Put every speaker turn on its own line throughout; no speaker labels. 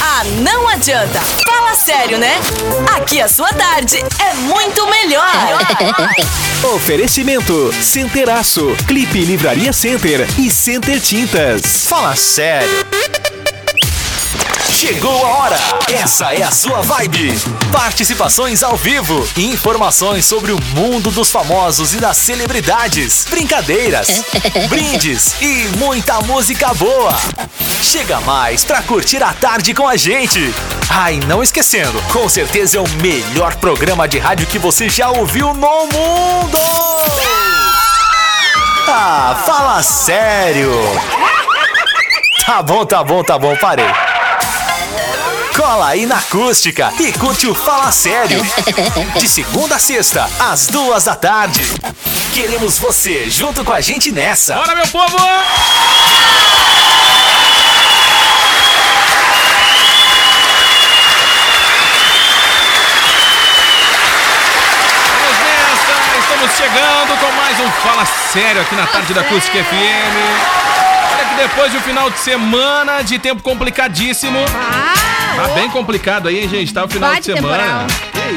Ah, não adianta. Fala sério, né? Aqui a sua tarde é muito melhor.
Oferecimento: Centeraço, Clipe Livraria Center e Center Tintas.
Fala sério.
Chegou a hora! Essa é a sua vibe!
Participações ao vivo, informações sobre o mundo dos famosos e das celebridades, brincadeiras, brindes e muita música boa. Chega mais pra curtir a tarde com a gente. Ai, não esquecendo, com certeza é o melhor programa de rádio que você já ouviu no mundo. Ah, fala sério. Tá bom, tá bom, tá bom, parei. Cola aí na acústica e curte o Fala Sério. De segunda a sexta, às duas da tarde. Queremos você junto com a gente nessa.
Bora, meu povo! Vamos nessa! Estamos chegando com mais um Fala Sério aqui na tarde da Acústica FM. Olha que depois de um final de semana de tempo complicadíssimo. Tá bem complicado aí, hein, gente? Tá o final
Ah, oh. Bate
de semana.
temporal.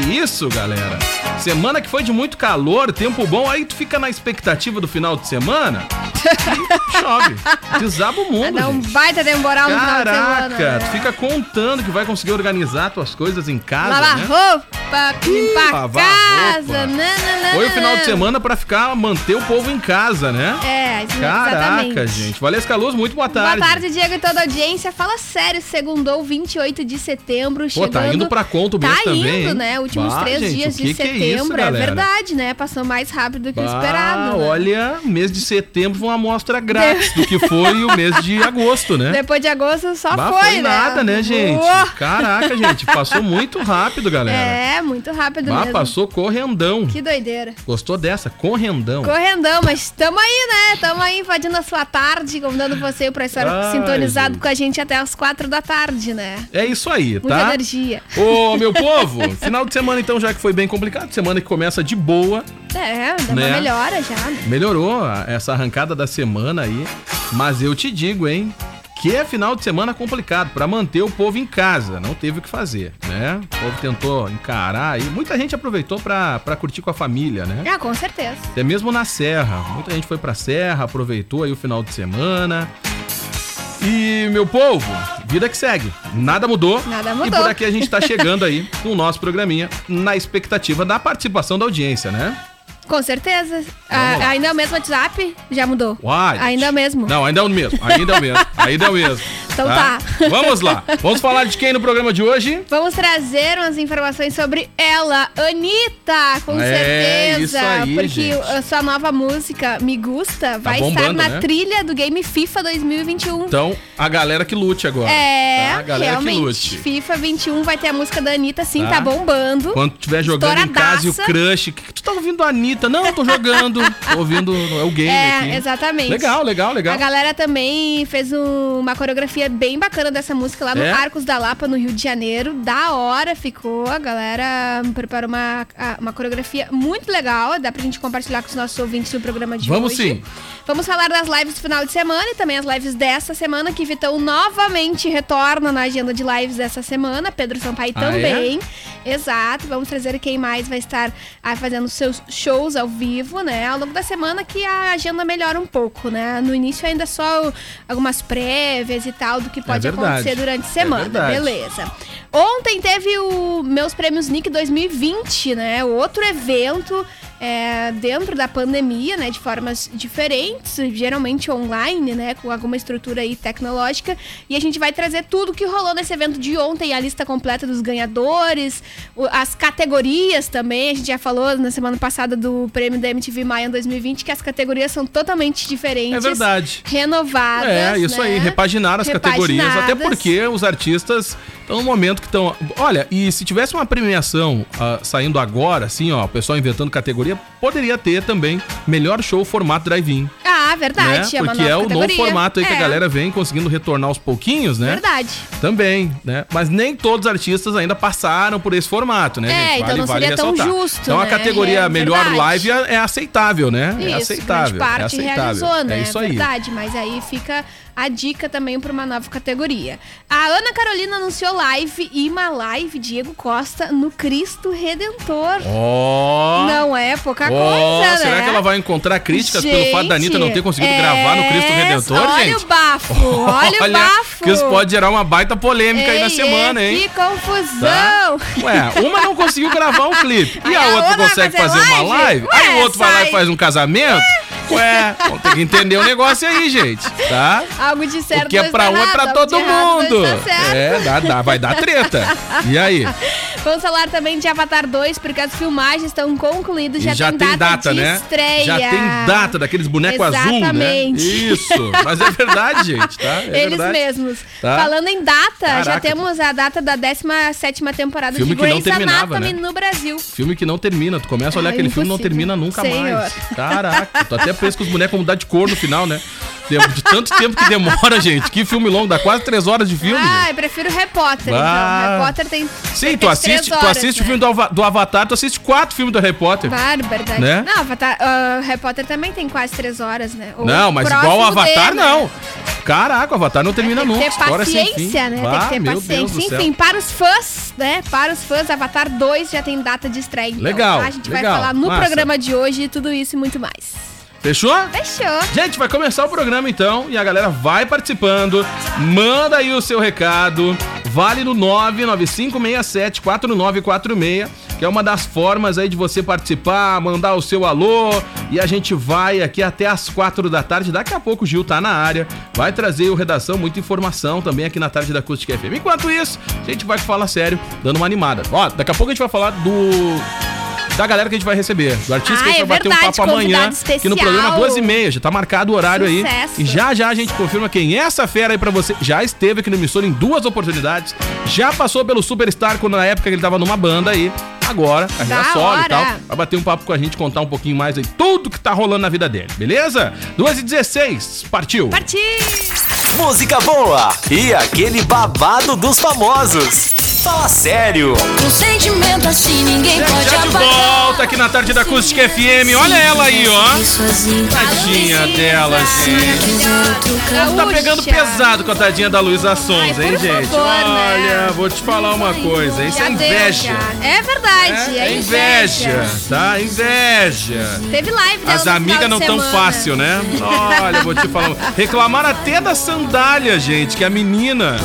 Que isso, galera. Semana que foi de muito calor, tempo bom, aí tu fica na expectativa do final de semana e chove. Desaba o mundo.
Dá um
gente.
baita temporal no final de
Caraca,
semana. né?
tu fica contando que vai conseguir organizar tuas coisas em casa,
Lavar
né?
roupa, limpar a
lavar roupa.
casa. nananana.
Foi o final de semana pra ficar, manter o povo em casa, né?
É, isso mesmo,
Caraca,
exatamente.
gente. Valesca Luz, muito boa tarde.
Boa tarde, Diego e toda a audiência. Fala sério, segundou 28 de setembro,
Pô,
chegando...
tá indo pra conta o
Tá
mês também.
indo,
hein?
né? Últimos
Bah,
três
gente,
dias
o
de
que que é isso,
setembro. é,
galera?
verdade, né? Passou mais rápido do que o
Bah,
esperado. né?
Olha, mês de setembro foi uma amostra grátis do que foi o mês de agosto, né?
Depois de agosto só
Bah,
foi, né?
nada, né, gente?
Uou!
Caraca, gente, passou muito rápido, galera.
É, muito rápido
Bah,
mesmo.
passou correndão.
Que doideira.
Gostou dessa? Correndão.
Hum. Correndão, mas tamo aí, né? Tamo aí invadindo a sua tarde, convidando você pra estar
Ai,
sintonizado
gente.
com a gente até as quatro da tarde, né?
É isso aí,
Muita
tá?
energia.
Ô, meu povo, final de semana então, já que foi bem complicado, semana que começa de boa,
É, dá
Né?
uma melhora já. né?
melhorou a- essa arrancada da semana aí, mas eu te digo, hein, que é final de semana complicado pra manter o povo em casa, não teve o que fazer, né? O povo tentou encarar e muita gente aproveitou pra pra curtir com a família, né?
Ah, com certeza.
Até mesmo na Serra. Muita gente foi pra Serra, aproveitou aí o final de semana. E, meu povo, vida que segue. Nada mudou.
Nada mudou.
E por aqui a gente tá chegando aí no nosso programinha, na expectativa da participação da audiência, né?
Com certeza.
Vamos
Ah,
lá.
ainda é o mesmo WhatsApp? Já mudou.
Uai.
Ainda é o mesmo.
Não, ainda é o mesmo. Ainda é o mesmo. Ainda é o mesmo.
Então tá.
Vamos lá. Vamos falar de quem no programa de hoje?
Vamos trazer umas informações sobre ela, Anitta, com
É,
certeza.
isso aí,
porque
gente.
a sua nova música, Me Gusta, vai estar
bombando,
na
né?
trilha do game FIFA 2021.
Então, a galera que lute agora.
É,
Tá, a galera que
realmente.
lute.
FIFA 21 vai ter a música da Anitta, sim,
Tá.
tá, bombando.
Quando tu estiver jogando em casa e o
Estouradaça.
crush, que que tu tá ouvindo a Anitta? Não, eu tô jogando. tô ouvindo, é o game
É,
aqui.
exatamente.
Legal, legal, legal.
A galera também fez um- uma coreografia bem bacana dessa música lá no
É?
Arcos da Lapa, no Rio de Janeiro. Da hora ficou. A galera preparou uma, a- uma coreografia muito legal. Dá pra gente compartilhar com os nossos ouvintes no programa de
Vamos
hoje.
sim.
Vamos falar das lives do final de semana e também as lives dessa semana, que Vitão novamente retorna na agenda de lives dessa semana. Pedro Sampaio
Ah,
também. Exato. Vamos trazer quem mais vai estar ah, fazendo seus shows ao vivo, né? Ao longo da semana que a agenda melhora um pouco, né? No início ainda só algumas prévias e tal do que pode
É verdade.
acontecer durante a
É
semana.
verdade.
Beleza. Ontem teve o Meus Prêmios Nick 2020, né? Outro evento é, dentro da pandemia, né? De formas diferentes, geralmente online, né? Com alguma estrutura aí tecnológica. E a gente vai trazer tudo que rolou nesse evento de ontem, a lista completa dos ganhadores, o- as categorias também. A gente já falou na semana passada do prêmio da MTV Maia 2020, que as categorias são totalmente diferentes.
É verdade.
Renovadas.
É, isso
né?
aí, repaginar as categorias, até
Repaginadas.
porque os artistas estão no momento que estão. Olha, e se tivesse uma premiação ah, saindo agora, assim, ó, o pessoal inventando categoria, poderia ter também melhor show formato drive-in.
Ah, Ah,
né?
verdade. É uma
Porque
nova
é o novo
categoria.
formato aí que a
É,
galera vem conseguindo retornar aos pouquinhos, né?
Verdade.
Também, né? Mas nem todos os artistas ainda passaram por esse formato, né,
É,
gente?
então não seria tão justo,
Então a
né?
categoria
É
melhor
verdade.
live é, é aceitável, né? é
Isso,
aceitável.
grande
é
parte
aceitável.
realizou, né?
É isso aí.
Verdade, mas aí fica a dica também para uma nova categoria. A Ana Carolina anunciou live e uma live Diego Costa no Cristo Redentor.
Ó.
Não é pouca
Ó,
coisa, né?
será que ela vai encontrar críticas pelo fato da Anitta não ter conseguido
é,
gravar no Cristo Redentor,
olha
gente?
o bafo, olha, o bafo.
Que isso pode gerar uma baita polêmica aí na
Ei,
semana,
ei,
hein?
Que confusão.
Tá? Ué, uma não conseguiu gravar um clipe. E
Aí
a
a
outra
outra
consegue
vai
fazer
fazer
uma live?
live?
Aí o
Ué,
outro vai lá e
sai. É.
faz um casamento? Ué, vamos ter que entender o negócio aí, gente, tá?
Algo de certo
O que é
não
pra
está
um é
errado,
pra
algo de
todo
errado não
mundo.
está certo.
É, dá, dá, vai dar treta. E aí?
Vamos falar também de Avatar 2, porque as filmagens estão concluídas, já,
E já
tem,
tem
data,
data,
de
né?
estreia.
Já tem data daqueles bonecos azul, né?
Exatamente.
Isso, mas é verdade, gente, tá? É
Eles
verdade.
mesmos.
Tá.
Falando em data, já
Caraca.
temos a data da 17ª temporada
Filme
de
que não
Grey's
terminava,
Anatomy
né?
no Brasil.
Filme que não termina. Tu começa a olhar
Ai,
aquele filme e não
impossível.
termina nunca
Senhor.
mais. Caraca, tô até preso que os bonecos vão mudar de cor no final, né? De, de tanto tempo que demora, gente. Que filme longo, dá quase três horas de filme.
Ah, eu prefiro Harry Potter,
Ah.
então. Harry Potter tem
Sim,
tem
tu
três
assiste, tu
horas,
assiste
né?
o filme do, Ava- do Avatar, tu assiste quatro filmes do Harry Potter.
Bárbaro, né?
Né?
Não, Avatar, ah, Harry Potter também tem quase três horas, né? O
Não, mas
próximo
igual o Avatar,
dele, né?
não. Caraca, o Avatar não termina
Tem que
nunca.
ter
História sem fim.
paciência, né?
Bah,
Tem que ter
Ah, meu Deus
paciência.
do céu.
Enfim, para os fãs, né? Para os fãs, Avatar 2 já tem data de estreia. Então,
Legal,
tá? A gente
legal,
vai falar no
massa.
programa de hoje tudo isso e muito mais.
Fechou?
Fechou.
Gente, vai começar o programa então e a galera vai participando. Manda aí o seu recado. Vale no 995674946, que é uma das formas aí de você participar, mandar o seu alô. E a gente vai aqui até as quatro da tarde. Daqui a pouco o Gil tá na área. Vai trazer o Redação, muita informação também aqui na tarde da Acústica FM. Enquanto isso, a gente vai falar sério, dando uma animada. Ó, daqui a pouco a gente vai falar do da galera que a gente vai receber. Do artista que
Ah,
a gente
é
vai bater um
verdade,
papo amanhã.
convidado
Que no programa
especial.
12 e meia, já tá marcado o horário aí.
Sucesso.
E já já a gente confirma quem é essa fera aí pra você. Já esteve aqui no emissora em duas oportunidades. Já passou pelo Superstar quando na época que ele tava numa banda aí. Agora, carreira
Da
solo
hora.
e tal. Vai bater um papo com a gente, contar um pouquinho mais aí tudo que tá rolando na vida dele, beleza? 2 e 16 partiu!
Partiu!
Música boa e aquele babado dos famosos. Fala sério.
Um sentimento assim ninguém pode
Já Tá de
apagar.
volta aqui na tarde da Acústica FM. Olha ela aí, ó.
Sozinho,
Tadinha dela, gente. Tá
Gaúcha.
pegando pesado com a tadinha da Luísa Sons,
Ai,
hein,
por
gente?
favor, né?
Olha, vou te falar uma coisa, isso
Já
é
deu,
inveja.
já. É verdade, é,
É
inveja.
inveja, tá? Inveja.
Teve live dela
As
no
amigas
final
não
de
tão
semana.
fácil, né? Olha, vou te falar. uma- Reclamaram até da sandália, gente, que a menina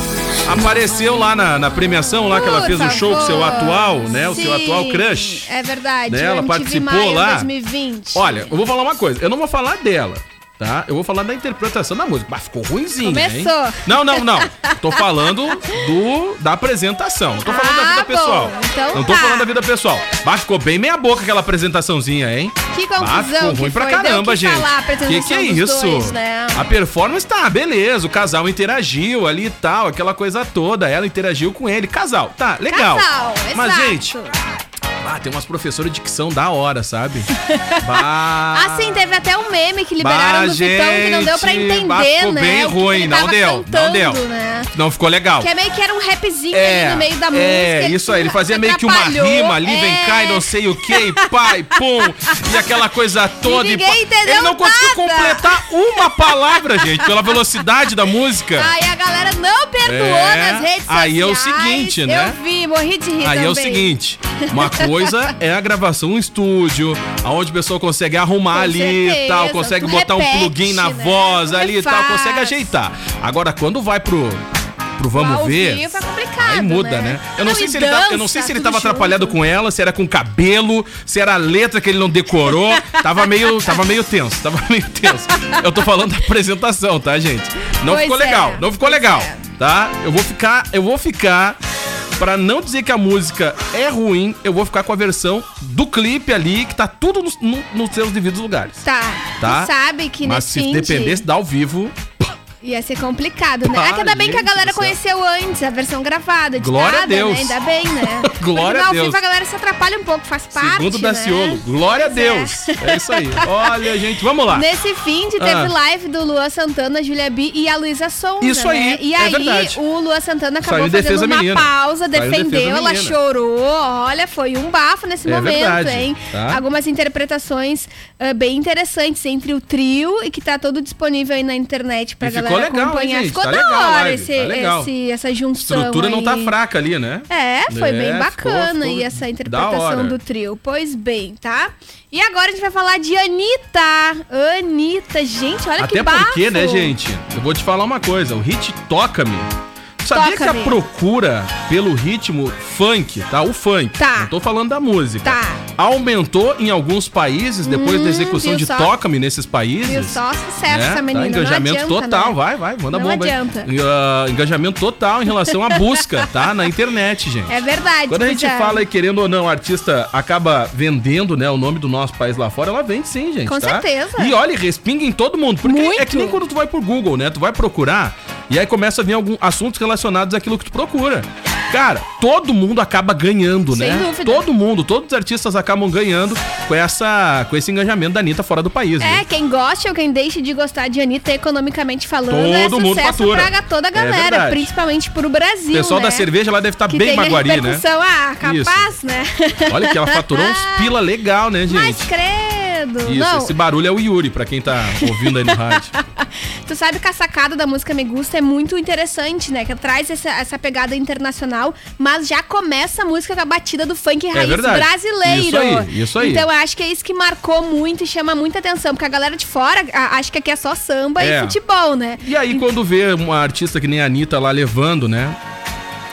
apareceu lá na, na premiação, lá que ela
Por
fez o show com o seu
favor.
atual, né? O seu
Sim,
atual crush.
É verdade.
Né?
o
Ela
MTV
participou
Maia
lá.
2020.
Olha, eu vou falar uma coisa. Eu não vou falar dela, tá? Eu vou falar da interpretação da música. Mas ficou ruimzinho, hein?
Começou.
Não, não, não. Tô falando do da apresentação. Não tô falando da
Ah,
vida
bom.
pessoal.
Então
não tô
tá.
falando da vida pessoal. Mas ficou bem meia boca aquela apresentaçãozinha, hein?
Que
Bah, ficou
confusão
ruim
que
pra
foi.
caramba,
Deu o que
gente.
falar a apresentação
que que é
dos
isso?
dois, né?
A performance tá, beleza. O casal interagiu ali e tal, aquela coisa toda. Ela interagiu com ele. Casal, tá, legal.
Casal,
Mas,
exato.
gente, ah, tem umas professoras de dicção da hora, sabe? Bah.
Ah, sim, teve até um meme que liberaram
Bah,
do Vitão que não deu pra
gente,
entender,
bah, ficou
né?
bem
o que
ruim,
ele
não
tava
deu, não
cantando,
deu.
Né?
Não ficou legal.
Que é meio que era um rapzinho ali no meio da música.
é,
ele
isso aí. Ele fazia meio que uma
atrapalhou,
rima ali, vem
é.
cá e não sei o que, e pá, e pum, e aquela coisa toda.
ninguém
pá.
entendeu
Ele não conseguiu
nada.
completar uma palavra, gente, pela velocidade da música.
Aí a galera não perdoou
É,
nas redes sociais.
aí é o seguinte, né?
Eu vi, morri de rir
Aí é o
também.
seguinte, uma coisa é a gravação em estúdio, aonde o pessoal consegue arrumar
Com
ali e tal,
certeza,
consegue
tu
botar um
repete,
plugin na
né?
voz
Tu
ali e tal,
refaz.
consegue ajeitar. Agora, quando vai pro. Pro vamos
Ao
ver.
vivo é complicado,
aí muda, né?
né?
Eu não,
Não,
sei
e
se ele tava, eu não
dança,
sei se ele
tudo
tava
junto.
atrapalhado com ela, se era com cabelo, se era a letra que ele não decorou. tava meio, tava meio tenso, tava meio tenso. Eu tô falando da apresentação, tá, gente? Não
Pois
ficou
é,
legal, não ficou
pois
legal
é.
tá? Eu vou ficar, eu vou ficar para não dizer que a música é ruim, eu vou ficar com a versão do clipe ali que tá tudo nos, no- nos seus devidos lugares,
Tá.
tá?
Tu sabe que
Mas
nesse
se
indie-
dependesse da ao vivo,
Ia ser complicado, né?
Ah,
Ah, que ainda bem que a
gente
galera
do céu.
conheceu antes, a versão gravada, editada,
Glória a Deus.
né? Ainda bem, né?
Glória
Porque
a
no ao vivo
Deus.
a galera se atrapalha um pouco, faz parte,
Segundo
né?
Daciolo, glória a Deus. É. isso aí. Olha, gente, vamos lá.
Nesse fim de teve
Ah.
live do Luan Santana, Julia B e a Luísa Sonza,
Isso aí,
né? E
é
aí
verdade.
o Luan Santana acabou
Saiu em defesa
fazendo uma
menina.
pausa,
Saiu em defesa
defendeu, ela
menina.
chorou. Olha, foi um bafo nesse
É
momento,
verdade,
hein?
tá.
Algumas interpretações ah, bem interessantes entre o trio e que tá todo disponível aí na internet pra
E ficou
galera
legal, hein,
acompanhar.
gente?
Ficou
Tá
da
legal a
hora
live,
esse-
tá legal.
esse- essa junção.
estrutura não tá
aí.
fraca ali, né?
É, foi
É,
bem
ficou-
bacana
ficou
e essa
da
interpretação
hora.
do trio. Pois bem, tá? E agora a gente vai falar de Anitta. Anitta, gente, olha
Até
que bafo.
porque, né, gente? Eu vou te falar uma coisa: o hit Toca-me. Sabia que
Toca-me.
a procura pelo ritmo funk, tá? O funk.
Tá.
Não tô falando da música.
Tá.
Aumentou em alguns países depois
Hum,
da execução
viu
de
só?
Toca-me nesses países.
Viu só sucesso
né?
essa menina.
Tá,
não
engajamento
adianta,
total,
né?
vai, vai, manda
Não
bomba. aí.
adianta.
E, ah, engajamento total em relação à busca, tá? Na internet, gente.
É verdade.
Quando a gente
pois é.
fala aí, querendo ou não, o artista acaba vendendo, né, o nome do nosso país lá fora, ela vende sim, gente.
Com
tá?
certeza.
E olha, respinga em todo mundo. Porque é
Muito.
que nem quando tu vai pro Google, né? Tu vai procurar e aí começa a vir alguns assuntos relacionados àquilo que tu procura. Cara, todo mundo acaba ganhando,
Sem
né?
dúvida.
Todo mundo, todos os artistas acabam ganhando com, essa, com esse engajamento da Anitta fora do país. né?
É, quem gosta ou quem deixa de gostar de Anitta, economicamente falando, é
Todo mundo
sucesso
fatura.
pra toda a
É
galera,
verdade.
principalmente pro
O
Brasil,
pessoal
né?
da cerveja lá deve estar
que
bem
tem a
maguari, né?
repercussão, Ah, capaz,
Isso.
né?
Olha que ela faturou uns pila legal, né, gente?
Mas credo.
Isso,
não,
esse barulho é o Yuri, pra quem tá ouvindo aí no rádio.
Tu sabe que a sacada da música Me Gusta é muito interessante, né? Que traz essa, essa pegada internacional, mas já começa a música com a batida do funk raiz
É verdade.
brasileiro.
Isso aí, isso aí.
Então eu acho que é isso que marcou muito e chama muita atenção, porque a galera de fora a- acha que aqui é só samba
É.
e futebol, né?
E aí, quando vê uma artista que nem a Anitta lá levando, né?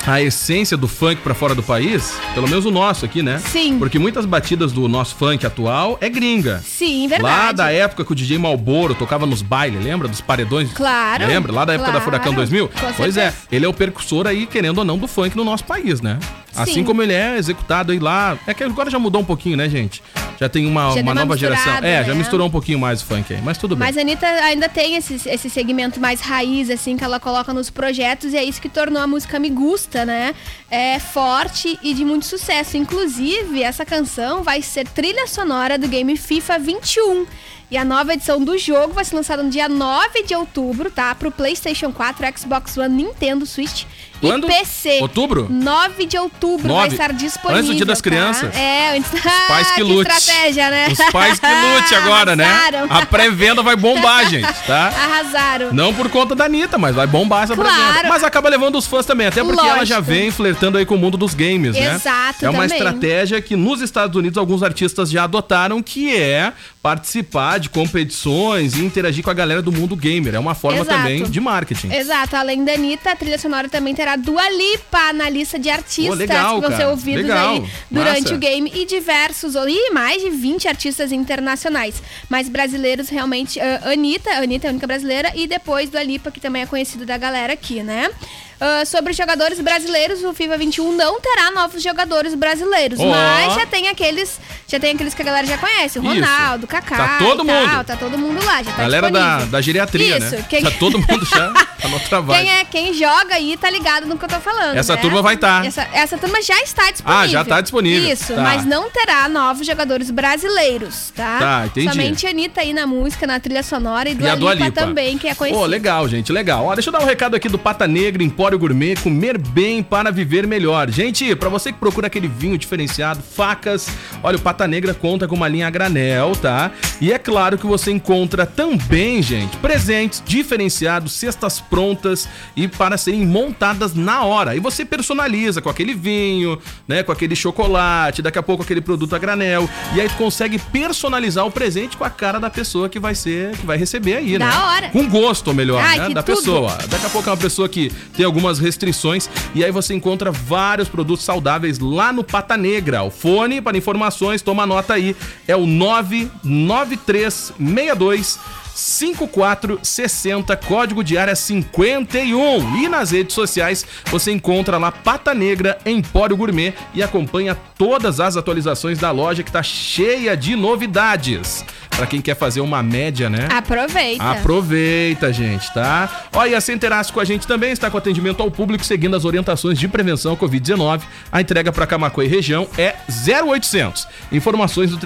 A essência do funk pra fora do país, pelo menos o nosso aqui, né?
Sim.
Porque muitas batidas do nosso funk atual é gringa.
Sim, verdade.
Lá da época que o DJ Malboro tocava nos bailes, lembra? Dos paredões.
Claro,
Lembra? Lá da época da
claro,
Furacão 2000.
com
Pois
certeza.
é, ele é o percussor aí, querendo ou não, do funk no nosso país, né? Assim
Sim.
como ele é executado aí lá. É que agora já mudou um pouquinho, né, gente? Já tem uma,
Já
uma
deu uma
nova geração.
misturada,
É,
né?
já misturou um pouquinho mais o funk aí, mas tudo bem.
Mas a Anitta ainda tem esse, esse segmento mais raiz, assim, que ela coloca nos projetos, e é isso que tornou a música Me Gusta, né? É forte e de muito sucesso. Inclusive, essa canção vai ser trilha sonora do game FIFA 21. E a nova edição do jogo vai ser lançada no dia 9 de outubro, tá? Pro PlayStation 4, Xbox One, Nintendo Switch
Quando?
e PC.
Outubro?
9 de outubro vai
Nove.
estar disponível.
Antes do Dia das
tá?
Crianças.
É, antes Os
pais que lute.
estratégia, né?
Os pais que lute agora, né?
Arrasaram.
A pré-venda vai bombar, gente, tá?
Arrasaram.
Não por conta da Anitta, mas vai bombar essa
Claro.
pré-venda. Mas acaba levando os fãs também, até porque ela já
Lógico.
vem flertando aí com o mundo dos games, né?
Exato,
É uma
também.
estratégia que nos Estados Unidos alguns artistas já adotaram, que é participar de competições e interagir com a galera do mundo gamer. É uma forma
Exato.
também de marketing.
Exato, além da Anitta, a trilha sonora também terá Dua Lipa na lista de artistas
Pô, legal,
que vão ser
cara.
ouvidos
Legal.
aí durante
Massa.
o game e diversos, e mais de 20 artistas internacionais, mas brasileiros realmente, ah, Anitta, Anitta é a única brasileira e depois Dua Lipa, que também é conhecida da galera aqui, né? Ah, sobre os jogadores brasileiros, o FIFA 21 não terá novos jogadores brasileiros,
Ó.
mas já tem aqueles, já tem aqueles que a galera já conhece, o
Isso.
Ronaldo, o Kaká,
Tá todo
e tal,
mundo.
tá todo mundo lá, já tá
galera da,
disponível.
da geriatria,
Isso,
né?
quem-
Já todo mundo já tá no trabalho.
quem, é, quem joga aí tá ligado no que eu tô falando.
Essa
né?
turma vai tá.
Essa, essa turma já está disponível.
Ah, já tá disponível.
Isso,
Tá.
mas não terá novos jogadores branileiros, tá?
Tá, entendi.
Somente a Anitta aí na música, na trilha sonora e,
E a Dua
Dua, Lipa
Lipa.
também, que é conhecida.
Pô, legal, gente, legal. Ó, deixa eu dar um recado aqui do Pata Negra, Empório Gourmet, comer bem para viver melhor. Gente, pra você que procura aquele vinho diferenciado, facas, olha, o Pata Negra conta com uma linha a granel, tá? E é claro que você encontra também, gente, presentes diferenciados, cestas prontas e para serem montadas na hora. E você personaliza com aquele vinho, né, com aquele chocolate, daqui a pouco aquele produto a granel, e aí tu consegue personalizar o presente com a cara da pessoa que vai ser, que vai receber aí,
Da
né?
hora.
Com gosto, ou melhor,
Ai,
né?
que
Da
tudo.
pessoa. Daqui a pouco é uma pessoa que tem algumas restrições e aí você encontra vários produtos saudáveis lá no Pata Negra. O fone para informações, toma nota aí, é o 99362 5460, código de área 51. E nas redes sociais você encontra lá Pata Negra Empório Gourmet e acompanha todas as atualizações da loja que tá cheia de novidades. Pra Pra quem quer fazer uma média, né?
Aproveita.
Aproveita, gente, tá? Ó, e a Centeraço com a gente também está com atendimento ao público, seguindo as orientações de prevenção à Covid-19. A entrega para Camacuã e região é 0800. Informações do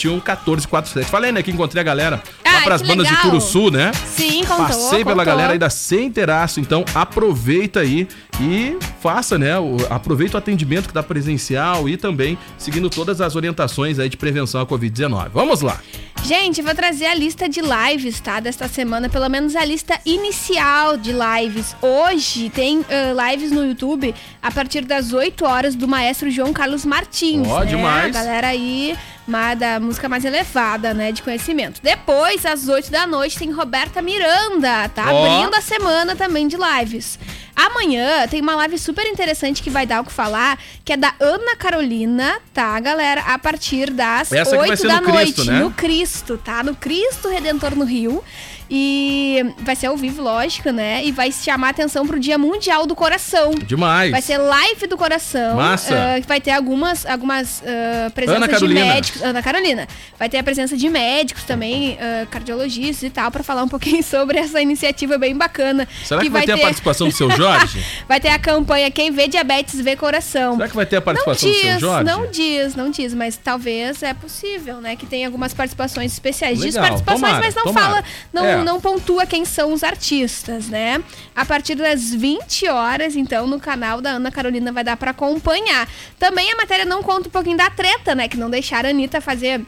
3671-1447. Falei, né, que encontrei a galera lá
Ai,
para as
que
bandas de
legal. Tá
Curuçu, né?
Sim, contou.
Passei pela
contou.
galera aí da Centeraço, então aproveita aí e faça, né? o- aproveita o atendimento que dá presencial e também seguindo todas as orientações aí de prevenção à Covid-19. Vamos lá!
Gente, eu vou trazer a lista de lives, tá? Desta semana, pelo menos a lista inicial de lives. Hoje tem eh, lives no YouTube a partir das 8 horas do maestro João Carlos Martins.
Ó,
né?
demais.
A galera aí ma- da música mais elevada, né? De conhecimento. Depois, às 8 da noite, tem Roberta Miranda, tá?
Ó.
Abrindo a semana também de lives. Amanhã tem uma live super interessante que vai dar o que falar, que é da Ana Carolina, tá, galera? A partir das
Essa que vai
8
ser
da
no
noite,
Cristo, né?
no Cristo, tá? No Cristo Redentor no Rio. E vai ser ao vivo, lógico, né? E vai chamar atenção pro Dia Mundial do Coração.
Demais!
Vai ser live do coração.
Massa.
ah, que vai ter algumas, algumas ah,
Ana
presenças de
Carolina.
médicos. Ana Carolina. Vai ter a presença de médicos também, ah, cardiologistas e tal, pra falar um pouquinho sobre essa iniciativa bem bacana.
Será que, vai ter, a participação do seu Jorge?
Vai ter a campanha Quem Vê Diabetes Vê Coração.
Será que vai ter a participação do
não diz,
seu Jorge?
Não diz, não diz, mas talvez é possível, né? Que tem algumas participações especiais. diz
Legal,
participações,
tomara,
mas não
tomara.
fala, não,
É.
não pontua quem são os artistas, né? A partir das 20 horas, então, no canal da Ana Carolina vai dar pra acompanhar. Também a matéria não conta um pouquinho da treta, né? Que não deixaram a Anitta fazer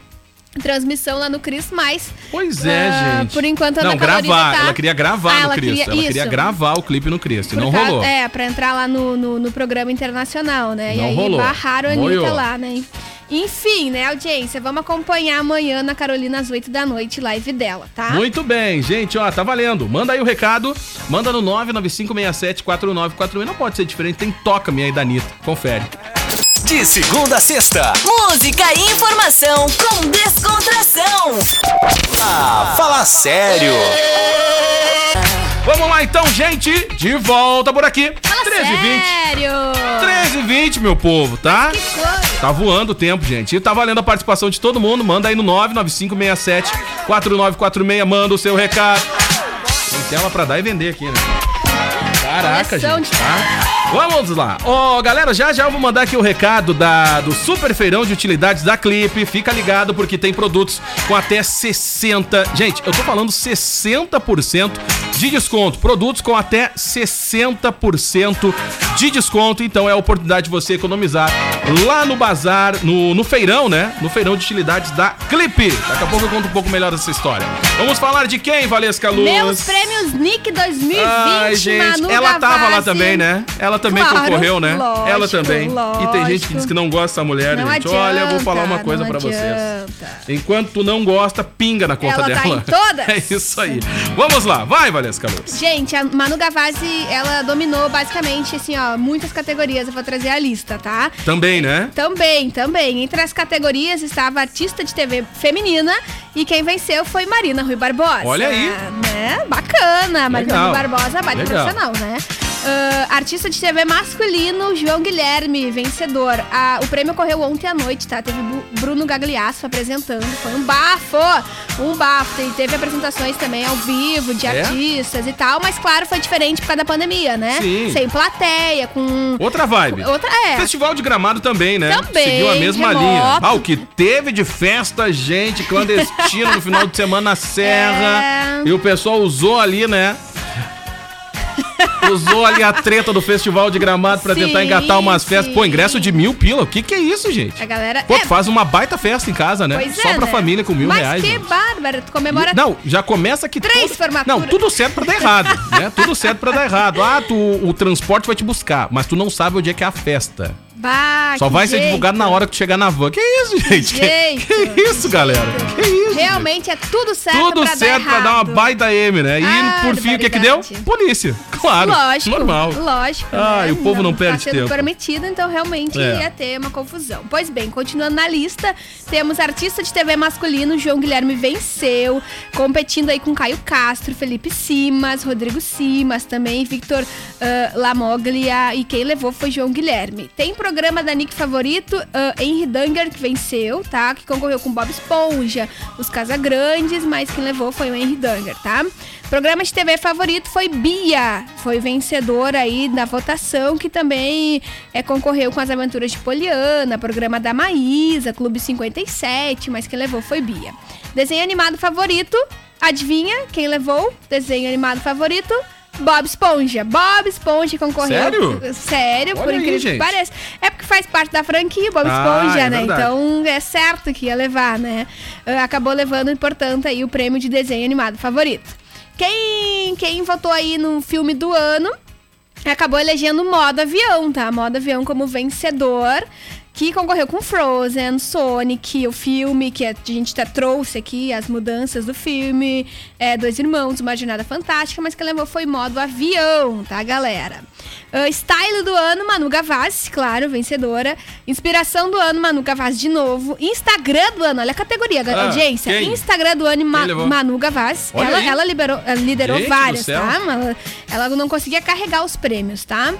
transmissão lá no Cris Mais.
Pois é,
Ah,
gente.
por enquanto, a
Não,
Ana Carolina
gravar.
tá-
Ela queria gravar
Ah,
no
ela
Cristo.
queria-
ela queria
isso.
gravar o clipe no Cristo. E
Por
não
causa-
rolou.
É, pra entrar lá no, no, no programa internacional, né? e
Não
aí
rolou.
barraram a Anitta
Boiou.
lá, né? Enfim, né, audiência? Vamos acompanhar amanhã na Carolina às 8 da noite, live dela, tá?
Muito bem, gente, ó, tá valendo. Manda aí o recado, manda no 995674941. Não pode ser diferente, tem toca-me aí da Anitta. Confere.
De segunda a sexta,
Música e informação com descontração.
ah, fala sério.
Vamos lá então, gente, de volta por aqui.
Fala
13h20.
sério!
13h20, meu povo, tá?
Que coisa!
Tá voando o tempo, gente. E tá valendo a participação de todo mundo. Manda aí no 995674946. Manda o seu recado. Tem tela pra dar e vender aqui, né? Caraca,
Coleção
gente.
de-
Tá? Vamos lá. Ó, galera, já já eu vou mandar aqui o recado da, do Super Feirão de Utilidades da Clipe. Fica ligado porque tem produtos com até 60... Gente, eu tô falando 60% de desconto. Produtos com até 60% de desconto. Então é a oportunidade de você economizar lá no bazar, no, no feirão, né? No feirão de utilidades da Clipe. Daqui a pouco eu conto um pouco melhor dessa história. Vamos falar de quem, Valesca Luz?
Meus prêmios Nick 2020,
Ai, gente,
Manu
ela tava lá
Gavassi.
também, né? Ela também
Claro,
concorreu, né?
lógico,
ela também. E tem gente que
lógico.
diz que não gosta da mulher,
Não
gente.
adianta,
Olha, eu vou falar uma coisa
não
pra vocês.
adianta.
Enquanto tu não gosta, pinga na conta
Ela tá
dela.
em todas.
É isso aí. Vamos lá, vai, Valesca Luz.
Gente, a Manu Gavazzi, ela dominou basicamente, assim, ó, muitas categorias. Eu vou trazer a lista, tá?
Também, né?
Também, também. Entre as categorias estava artista de TV feminina e quem venceu foi Marina Rui Barbosa.
Olha aí.
Né? Bacana. Marina
Legal.
Rui Barbosa, baita
Legal.
profissional, né? Ah, artista de TV masculino, João Guilherme, vencedor. Ah, o prêmio ocorreu ontem à noite, tá? Teve Bu- Bruno Gagliasso apresentando. Foi um bafo! Um bafo. E teve apresentações também ao vivo de
É?
artistas e tal, mas claro, foi diferente por causa da pandemia, né?
Sim.
Sem plateia, com.
Outra vibe.
Outra, é.
Festival de Gramado também, né?
Também,
Seguiu a mesma
remoto.
linha. Ah, o que teve de festa, gente, clandestina no final de semana na Serra.
É.
E o pessoal usou ali, né? Usou ali a treta do Festival de Gramado pra
Sim,
tentar engatar umas festas. Pô,
sim.
ingresso de mil pila. O que que é isso, gente?
A galera.
Pô,
é,
tu faz uma baita festa em casa, né?
Pois
Só
é,
pra
né?
família com mil
Mas
reais.
que
né?
bárbaro, tu comemora...
Não, já começa que
Três formaturas.
Não, tudo certo pra dar errado, né? Tudo certo pra dar errado. Ah, tu, o transporte vai te buscar, mas tu não sabe onde é que é a festa.
Bah,
Só
Ah, que
vai ser
jeito.
divulgado na hora que tu chegar na van. Que isso, gente? Que,
jeito,
que isso, galera? Que isso?
Realmente é tudo certo
Tudo
pra
certo
dar
pra dar uma
errado.
baita M, né? E
Ah,
por fim, o que é que deu?
barbaridade.
Polícia. Claro.
Lógico.
Normal.
Lógico.
Ah, e o povo não perde
tá sendo
tempo.
permitido, então realmente
É.
ia ter uma confusão. Pois bem, continuando na lista, temos artista de TV masculino, João Guilherme venceu, competindo aí com Caio Castro, Felipe Simas, Rodrigo Simas também, Victor ah, Lamoglia, e quem levou foi João Guilherme. Tem pro- programa da Nick Favorito, ah, Henry Danger, que venceu, tá? Que concorreu com Bob Esponja, Os Casagrandes, mas quem levou foi o Henry Danger, tá? Programa de TV favorito foi Bia, foi vencedora aí da votação, que também é, concorreu com As Aventuras de Poliana, programa da Maísa, Clube 57, mas quem levou foi Bia. Desenho animado favorito, adivinha quem levou? Desenho animado favorito? Bob Esponja. Bob Esponja concorreu.
Sério?
Sério, por
Olha aí,
incrível que
gente.
pareça. É porque faz parte da franquia, Bob
Ah,
Esponja,
é
né?
verdade.
Então é certo que ia levar, né? Ah, Acabou levando, portanto, aí o prêmio de desenho animado favorito. Quem, quem votou aí no filme do ano acabou elegendo Modo Avião, tá? Modo Avião como vencedor. Que concorreu com Frozen, Sonic, o filme que a gente tá, trouxe aqui, as mudanças do filme, é, Dois Irmãos, Uma Jornada Fantástica, mas que levou foi modo avião, tá, galera? Ah, style do ano, Manu Gavassi, claro, vencedora. Inspiração do ano, Manu Gavassi de novo. Instagram do ano, olha a categoria,
Ah,
audiência.
quem?
Instagram do ano, Ma-
levou?
Manu Gavassi.
Olha
Ela,
aí.
ela liberou- ela liderou
Gente do
várias,
céu.
tá? Ela, ela não conseguia carregar os prêmios, tá?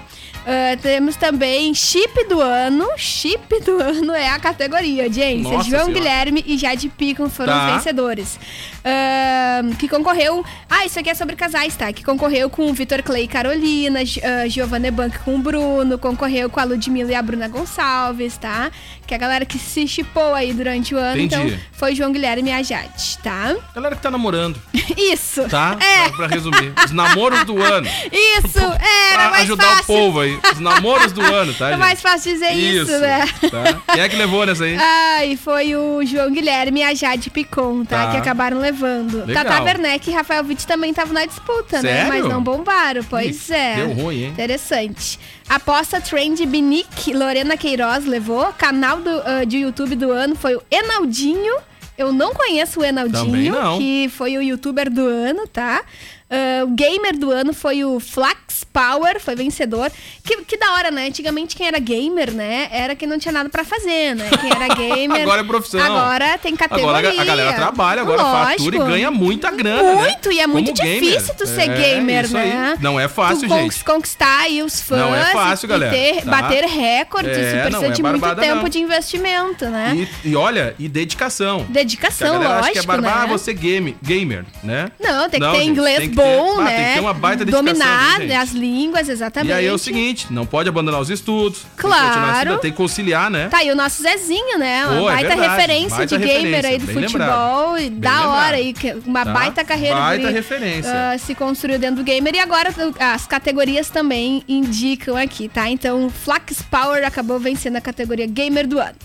Ah, temos também chip do ano. Chip do ano é a categoria, audiência.
Nossa
João
Senhora.
Guilherme e Jade Picon foram
Tá.
os vencedores. Ahn, que concorreu. Ah, isso aqui é sobre casais, tá? Que concorreu com o Vitor Clay e Carolina, Gi- ah, Giovanna Bank com o Bruno, concorreu com a Ludmilla e a Bruna Gonçalves, tá? Que é a galera que se chipou aí durante o ano.
Entendi.
Então, foi João Guilherme e a Jade, tá?
Galera que tá namorando,
Isso!
tá?
É.
Pra, pra resumir. Os namoros do ano.
Isso! É, era
Pra
mais
ajudar
fácil.
o povo aí. Os namoros do ano, tá, gente?
Era É mais fácil dizer isso, né?
tá? Quem é que levou nessa aí?
Ai, foi o João Guilherme e a Jade Picon, tá?
Tá.
Que acabaram levando.
Legal.
Tata Werneck e Rafael Witt também estavam na disputa, né?
Sério?
Mas não bombaram, pois
Ih,
é.
deu ruim, hein?
Interessante. Aposta Trend Binic, Lorena Queiroz levou. Canal do, ah, de YouTube do ano foi o Enaldinho. Eu não conheço o
Também
Enaldinho,
não.
que foi o youtuber do ano, tá? Ah, o gamer do ano foi o Flax Power, foi vencedor. Que, que da hora, né? Antigamente quem era gamer, né? Era quem não tinha nada pra fazer, né? Quem era gamer.
Agora é profissão.
Agora tem categoria.
Agora a galera trabalha, agora fatura e
Lógico.
ganha muita grana. né?
Muito, e é muito
Como gamer.
difícil tu ser
É,
gamer,
isso aí.
né?
Não é fácil,
Tu con-
gente.
conquistar aí os fãs.
Não é fácil,
e
galera,
ter-
tá?
Bater recordes,
É,
isso
não,
precisa
é
de muito
barbada,
tempo
não.
de investimento, né?
E, e olha, e dedicação. Porque a
Dedicação,
galera acha
lógico,
que é barba, ah,
né?
você game, gamer, né?
Não, tem que ter
gente,
inglês
tem que ter-
bom,
ah,
né?
Tem que ter uma baita dedicação.
Dominar
viu,
né,
gente?
as línguas, exatamente.
E aí é o seguinte, não pode abandonar os estudos. tem que
Claro.
continuar estudando, Tem que conciliar, né?
Tá aí o nosso Zezinho, né? Uma
Pô, é
baita
verdade,
referência
baita
de gamer aí do
referência, bem
futebol.
lembrado,
e
bem
da hora
lembrado.
aí, que- uma
Tá?
baita carreira. do
Baita
guri,
referência.
ah, se construiu dentro do gamer. E agora uh, as categorias também indicam aqui, tá? Então o Flax Power acabou vencendo a categoria gamer do ano.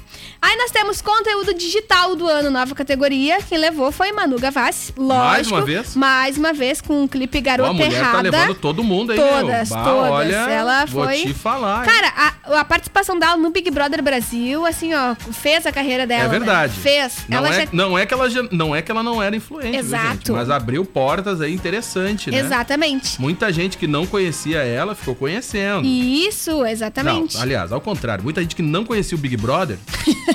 Aí nós temos conteúdo digital do ano, nova categoria. Quem levou foi Manu Gavassi, lógico.
Mais uma vez?
Mais uma vez, com o clipe
Pô,
Garota
a mulher tá
Errada.
levando todo mundo aí,
Todas,
meu. Bah,
todas.
Olha,
Ela
vou
foi-
te falar. hein?
Cara, a, a participação dela no Big Brother Brasil, assim, ó, fez a carreira dela.
é verdade.
né? Fez.
Não,
ela
é,
já.
não, é que ela já- não é que ela não era influente, viu,
Exato.
gente? mas abriu portas aí interessante, né?
Exatamente.
Muita gente que não conhecia ela ficou conhecendo.
Isso,
Não,
exatamente.
aliás, ao contrário, muita gente que não conhecia o Big Brother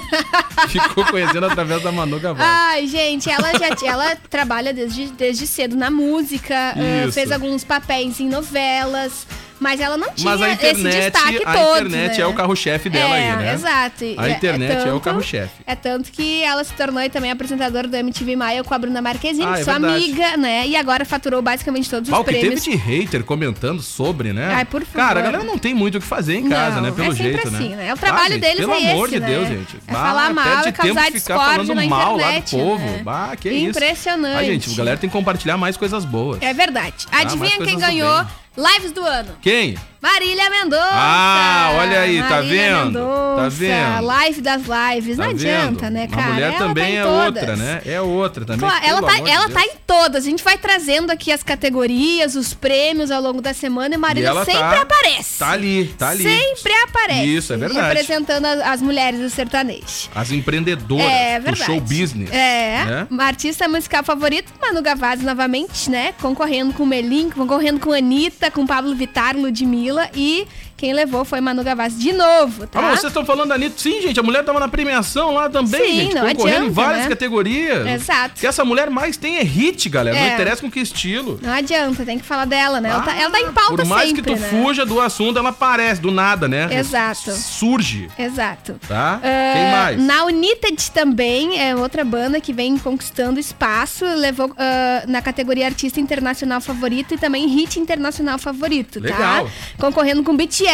ficou conhecendo através da Manu Gavassi.
Ai, gente, ela já ela trabalha desde, desde cedo na música, ah,
Isso.
fez alguns papéis em novelas, mas ela não tinha
Mas a
esse
internet,
destaque
a
todo.
internet
né?
é o carro-chefe dela
é,
aí, né?
Exato. E
A internet é o
tanto-
carro-chefe.
É tanto que ela se tornou também apresentadora do MTV Maia com a Bruna Marquezine,
Ah, é
sua
verdade.
amiga, né? E agora faturou basicamente todos
Bah,
os
o que teve
prêmios.
de hater comentando sobre, né?
Ai, por favor.
Cara, a galera não tem muito o que fazer em casa,
Não,
né? Pelo
é sempre
jeito,
assim, né?
né?
O trabalho
gente,
deles
pelo
é
amor
esse,
de
né?
Deus, gente.
É falar mal
perde
e causar
tempo ficar
discórdia
falando
na
mal
internet,
lá do povo.
né?
Bah, que
Impressionante.
isso. Ah, gente, a galera tem que compartilhar mais coisas boas.
É verdade.
mas
Adivinha
Ah, coisas
quem
do
ganhou?
bem.
Lives do ano.
Quem?
Marília Mendonça!
Ah, olha aí, tá
Marília
vendo?
Mendonça,
Tá vendo?
Live das lives,
Tá
não adianta,
vendo?
né, cara?
A mulher
Ela tá
também
em
é
todas.
outra, né? É outra também.
Claro, ela,
pelo
tá,
amor de
ela tá
Deus.
em todas. A gente vai trazendo aqui as categorias, os prêmios ao longo da semana e Marília
E ela
sempre
tá-
aparece.
Tá ali, tá ali.
Sempre aparece.
Isso, é verdade.
Representando as, as mulheres do sertanejo.
As empreendedoras
É
do
verdade.
show business.
É.
né?
Artista musical favorito, Manu Gavazzi novamente, né? Concorrendo com Melim, concorrendo com Anitta, com Pablo Vittar, Ludmilla e Quem levou foi Manu Gavassi de novo, tá?
Ah, mas vocês estão falando da Anitta. Sim, gente, a mulher tava na premiação lá também,
Sim,
gente.
não
concorrendo em
adianta,
várias
né?
categorias.
Exato.
O que essa mulher mais tem é hit, galera. Não
É.
interessa com que estilo.
Não adianta, tem que falar dela, né? Ela tá, ela tá em pauta
Ah, Por mais
sempre,
que tu
né?
fuja do assunto, ela aparece do nada, né?
Exato.
Surge,
Exato.
tá?
Ah,
Quem mais?
Na United também, é outra banda que vem conquistando espaço, levou ah, na categoria Artista Internacional Favorito e também Hit Internacional Favorito,
Legal.
tá? Concorrendo com BTS,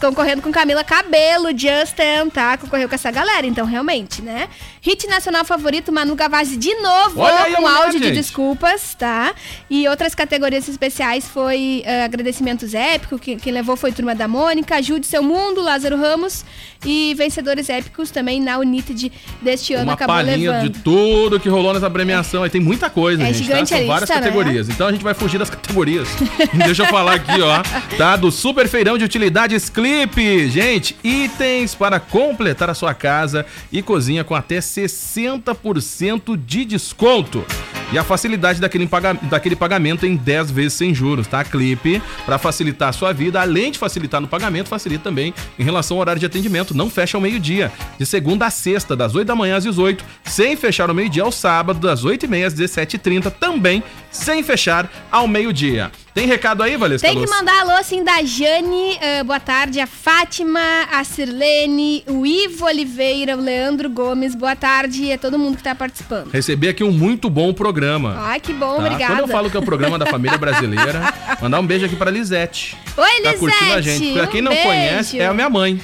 concorrendo com Camila Cabelo, Justin, tá? Concorreu com essa galera, então realmente, né? Hit Nacional Favorito, Manu Gavazzi de novo,
Olha aí a
com
mulher,
áudio de
gente.
desculpas, tá? E outras categorias especiais foi ah, agradecimentos épicos, que, quem levou foi Turma da Mônica, Ajude Seu Mundo, Lázaro Ramos e vencedores épicos também na United deste ano
Uma
acabou
palhinha
levando.
de tudo que rolou nessa premiação. Aí tem muita coisa,
É
gente.
gigante
tá?
a
São várias
lista, né?
categorias. Então a gente vai fugir das categorias. Deixa eu falar aqui, ó. Tá? Do Super Feirão de Utilidades Clipe. Gente, itens para completar a sua casa e cozinha com até 60% de desconto. E a facilidade daquele, paga- daquele pagamento em 10 vezes sem juros, tá? Clipe, para facilitar a sua vida, além de facilitar no pagamento, facilita também em relação ao horário de atendimento. Não fecha ao meio-dia. De segunda a sexta, das 8 da manhã às 18, sem fechar ao meio-dia ao sábado, das 8h30 às 17h30, também sem fechar ao meio-dia. Tem recado aí, Valesca
Tem que
Luz?
mandar alô, assim, da Jane, ah, boa tarde, a Fátima, a Sirlene, o Ivo Oliveira, o Leandro Gomes, boa tarde, e a todo mundo que tá participando.
Recebi aqui um muito bom programa.
Ai, que
tá?
bom, Ah, obrigada.
Quando eu falo que é o programa da família brasileira, mandar um beijo aqui pra Lisete.
Oi,
Tá
Lisete!
curtindo a gente. Pra quem
um
não
beijo.
conhece, é a minha mãe.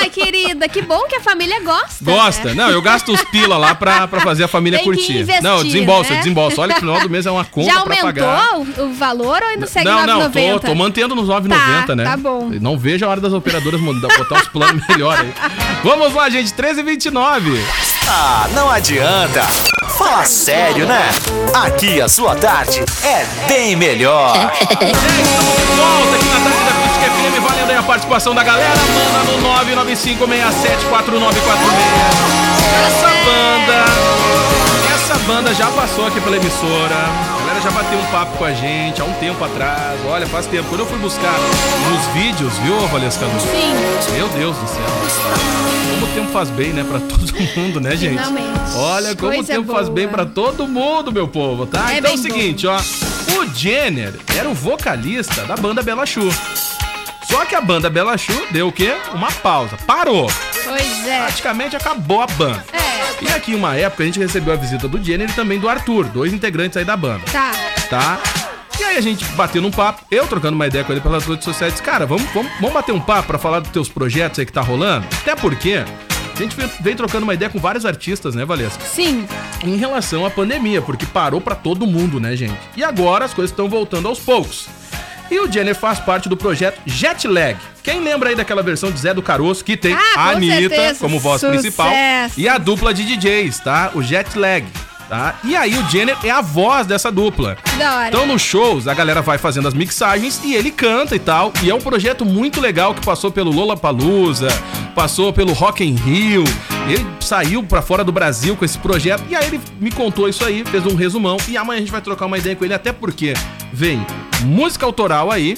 Ai, querida, que bom que a família gosta.
Gosta.
né?
Não, eu gasto os pila lá pra, pra fazer a família
Tem que
curtir.
investir,
não, desembolsa,
né?
desembolsa. Olha que no final do mês é uma conta
Já
pra
aumentou
pagar.
o- o valor ou ainda segue
não, não,
9,90?
tô, tô mantendo nos 9,90,
Tá,
né?
tá bom.
Não vejo a hora das operadoras mudar- botar os planos melhor aí. Vamos lá, gente, 13h29.
Ah, não adianta. Fala sério, né? Aqui a sua tarde é bem melhor.
Volta aqui na tarde da Acústica FM, valendo aí a participação da galera. Manda no 995674946. Essa banda, essa banda já passou aqui pela emissora. A galera já bateu um papo com a gente há um tempo atrás. Olha, faz tempo. Quando eu fui buscar nos vídeos, viu, Valesca Luz?
Sim.
Meu Deus do céu. Como o tempo faz bem, né, pra todo mundo, né, gente?
Finalmente.
Olha como
Coisa
o tempo faz
boa.
bem pra todo mundo, meu povo, tá?
É
então é o
bem
seguinte, ó. O Jenner era o vocalista da banda Bela Chu. Só que a banda Bela Chu deu o quê? Uma pausa. Parou.
Pois é.
Praticamente acabou a banda.
É,
E aqui, uma época, a gente recebeu a visita do Jenner e também do Arthur, dois integrantes aí da banda
tá.
tá? E aí a gente bateu um papo, eu trocando uma ideia com ele pelas redes sociais, disse, cara, vamos, vamos, vamos bater um papo pra falar dos teus projetos aí que tá rolando? Até porque a gente vem- vem trocando uma ideia com vários artistas, né, Valesca?
Sim.
Em relação à pandemia, porque parou pra todo mundo, né, gente? E agora as coisas estão voltando aos poucos. E o Jenner faz parte do projeto Jetlag. Quem lembra aí daquela versão de Zé do Caroço, que tem
Ah,
a
com
Anitta
certeza.
como voz
Sucesso.
principal e a dupla de DJs, tá? O Jetlag, tá? E aí o Jenner é a voz dessa dupla.
Que da hora.
Então, nos shows, a galera vai fazendo as mixagens e ele canta e tal. E é um projeto muito legal que passou pelo Lollapalooza, passou pelo Rock in Rio. Ele saiu pra fora do Brasil com esse projeto. E aí ele me contou isso aí, fez um resumão. E amanhã a gente vai trocar uma ideia com ele, até porque vem música autoral aí.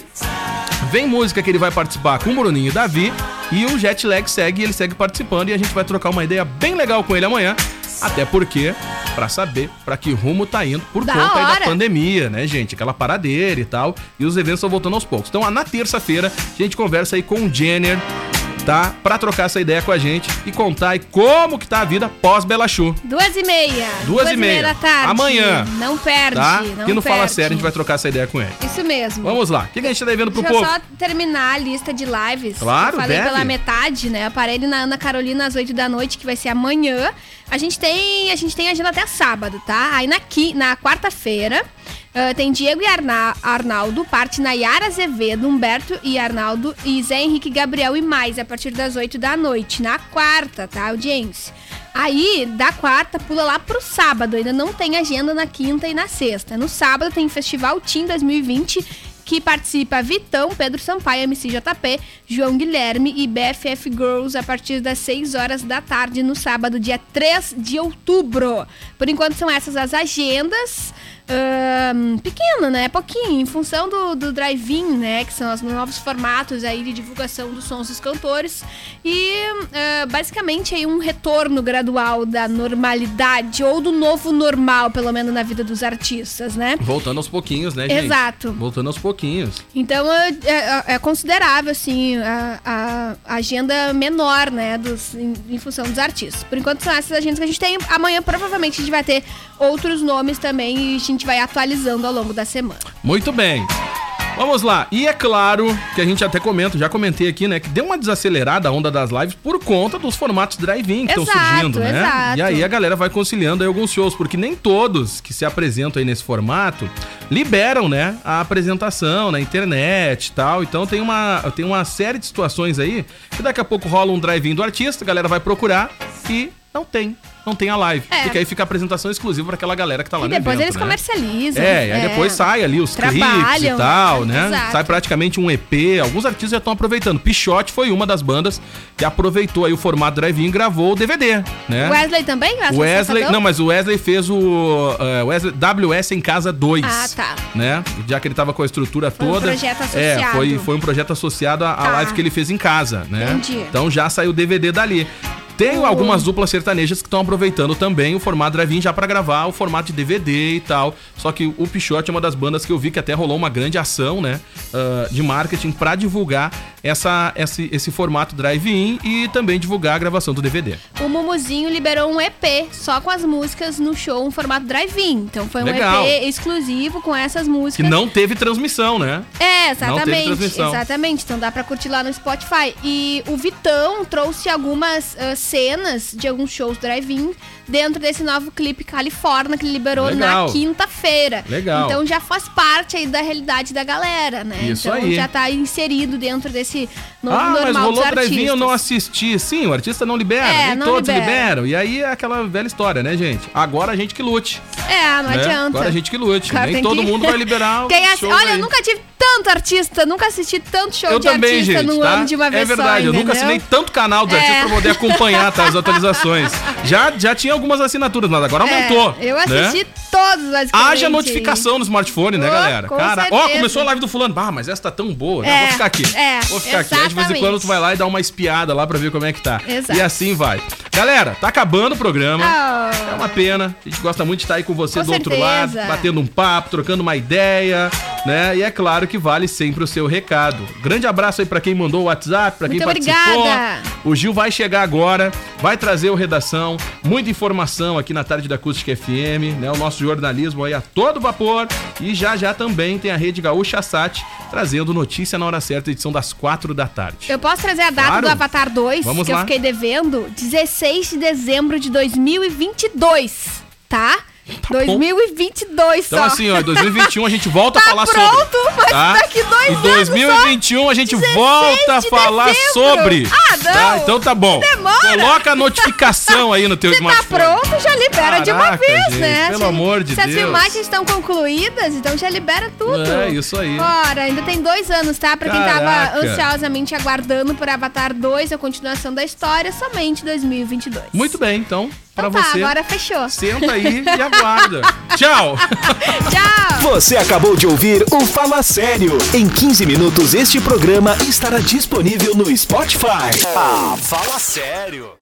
Vem música que ele vai participar com o Bruninho e Davi. E o Jetlag segue, ele segue participando. E a gente vai trocar uma ideia bem legal com ele amanhã. Até porque, pra saber pra que rumo tá indo por
Da
conta aí da
hora.
pandemia, né, gente? Aquela paradeira e tal. E os eventos estão voltando aos poucos. Então, ah, na terça-feira, a gente conversa aí com o Jenner, tá? Pra trocar essa ideia com a gente e contar aí como que tá a vida pós-Bela Chu.
Duas e meia.
Duas e meia.
da tarde.
Amanhã.
Não perde,
Tá?
não
E no Fala
perde.
Sério, a gente vai trocar essa ideia com ele.
Isso mesmo.
Vamos lá. O que que a gente tá devendo pro
Deixa eu
povo?
só terminar a lista de lives.
Claro,
Eu falei
deve.
pela metade, né? Aparelho na Ana Carolina às 8 da noite, que vai ser amanhã. A gente tem, a gente tem agenda até sábado, tá? Aí na, qui- na quarta-feira ah, tem Diego e Arna- Arnaldo, parte Nayara Azevedo, Humberto e Arnaldo e Zé Henrique Gabriel e mais, a partir das 8 da noite, na quarta, tá, audiência? Aí, da quarta, pula lá pro sábado. Ainda não tem agenda na quinta e na sexta. No sábado tem Festival Team 2020 que participa Vitão, Pedro Sampaio, MC JP, João Guilherme e BFF Girls a partir das 6 horas da tarde no sábado, dia 3 de outubro. Por enquanto são essas as agendas. ahn, pequeno, né? Pouquinho, em função do, do drive-in, né? Que são os novos formatos aí de divulgação dos sons dos cantores. E ah, basicamente aí um retorno gradual da normalidade, ou do novo normal, pelo menos na vida dos artistas, né?
Voltando aos pouquinhos, né, gente?
Exato.
Voltando aos pouquinhos.
Então é, é- é considerável, assim, a, a- a agenda menor, né, dos, em, em função dos artistas. Por enquanto são essas agendas que a gente tem. Amanhã provavelmente a gente vai ter outros nomes também e a gente vai atualizando ao longo da semana.
Muito bem. Vamos lá. E é claro que a gente até comenta, já comentei aqui, né? Que deu uma desacelerada a onda das lives por conta dos formatos drive-in que estão
Exato,
surgindo, né?
exato.
E aí a galera vai conciliando aí alguns shows, porque nem todos que se apresentam aí nesse formato liberam, né? A apresentação na internet e tal. Então tem uma, tem uma série de situações aí que daqui a pouco rola um drive-in do artista, a galera vai procurar e não tem. Não tem a live.
É.
Porque aí fica a apresentação exclusiva para aquela galera que tá lá
e
no
depois
evento,
eles
né?
comercializam.
É, e aí depois sai ali os clipes e
Trabalham,
tal,
né?
né?
Exato.
Sai praticamente um EP. Alguns artistas já estão aproveitando. Pichote foi uma das bandas que aproveitou aí o formato drive-in e gravou o DVD, né?
Wesley também?
Wesley,
Safadão?
não, mas o Wesley fez o eh, Wesley, WS em Casa 2.
Ah, tá.
Né? Já que ele tava com a estrutura
um
toda.
projeto
É,
associado.
foi, foi um projeto associado à, à
Tá.
live que ele fez em casa, né?
Entendi.
Então já saiu o DVD dali. Tem algumas duplas sertanejas que estão aproveitando também o formato drive-in já pra gravar o formato de DVD e tal. Só que o Pichote é uma das bandas que eu vi que até rolou uma grande ação, né? ah, de marketing pra divulgar essa, esse, esse formato drive-in e também divulgar a gravação do DVD.
O Mumuzinho liberou um EP só com as músicas no show, um formato drive-in. Então foi um
Legal.
EP exclusivo com essas
Que
músicas.
não teve transmissão, né? teve
É, exatamente.
transmissão.
Exatamente. Então dá pra curtir lá no Spotify. E o Vitão trouxe algumas ah, cenas de alguns shows drive-in dentro desse novo clipe Califórnia que ele liberou
Legal.
na quinta-feira.
Legal.
Então já faz parte aí da realidade da galera, né?
Isso
então
aí.
já tá inserido dentro desse novo
ah,
normal
mas rolou
dos
drive-in eu não
artistas.
assisti. Sim, o artista não libera,
É,
nem
não
todos
libera.
liberam. E aí é aquela velha história, né, gente? Agora a gente que lute.
É, não
né?
adianta.
Agora a gente que lute.
Cara,
nem
tem
todo
que-
mundo vai liberar o
Quem assi-
show
Olha, eu
aí.
nunca tive tanto artista, nunca assisti tanto show
Eu
de
também,
artista
gente,
num
tá?
ano de uma vez
é verdade,
só,
eu nunca
entendeu?
assinei tanto canal do artista
É.
pra poder acompanhar tá, as atualizações. Já, já tinha algumas assinaturas, mas agora
É,
aumentou.
eu
né?
assisti todos, basicamente.
Haja notificação no smartphone, né,
Oh,
galera?
com
Cara, ó,
certeza.
começou a live do fulano. Ah, mas essa tá tão boa, né?
É,
Vou ficar aqui.
é,
Vou ficar aqui. Aí de vez em
exatamente.
quando tu vai lá e dá uma espiada lá pra ver como é que tá.
Exato.
E assim vai. Galera, tá acabando o programa.
Ah.
É uma pena. A gente gosta muito de estar aí com você
Com
do outro lado,
certeza.
batendo um papo, trocando uma ideia, né? E é claro que vale sempre o seu recado. Grande abraço aí pra quem mandou o WhatsApp, pra quem
Muito
participou.
obrigada.
O Gil vai chegar agora, vai trazer o redação, muita informação aqui na tarde da Acústica FM, né? O nosso jornalismo aí a todo vapor e já já também tem a Rede Gaúcha Sat trazendo notícia na hora certa, edição das quatro da tarde.
Eu posso trazer a data
Claro.
do Avatar 2,
Vamos
que
lá.
eu fiquei devendo? 16 de dezembro de 2022, tá? 2022
Então
só.
assim, ó, em 2021 a gente volta a
Tá
falar
pronto,
sobre. tá?
mas daqui dois
Em
anos
2021 a gente
16
volta a
de
falar
dezembro.
sobre.
Ah, não.
Tá? Então tá bom.
Demora.
Coloca a notificação aí no teu
Se tá
smartphone.
pronto, já libera de uma
Caraca,
vez,
gente,
né?
pelo
Se-
amor de
se
Deus.
as filmagens estão concluídas, então já libera tudo.
É, isso aí.
Ora, ainda tem dois anos, tá? Pra quem
Caraca.
tava ansiosamente aguardando por Avatar 2, a continuação da história, somente 2022.
Muito bem, então, pra
Então tá,
você.
agora fechou.
Senta aí e aguarda. Tchau!
Tchau!
Você acabou de ouvir o Fala Sério. Em 15 minutos, este programa estará disponível no Spotify.
Ah, Fala sério.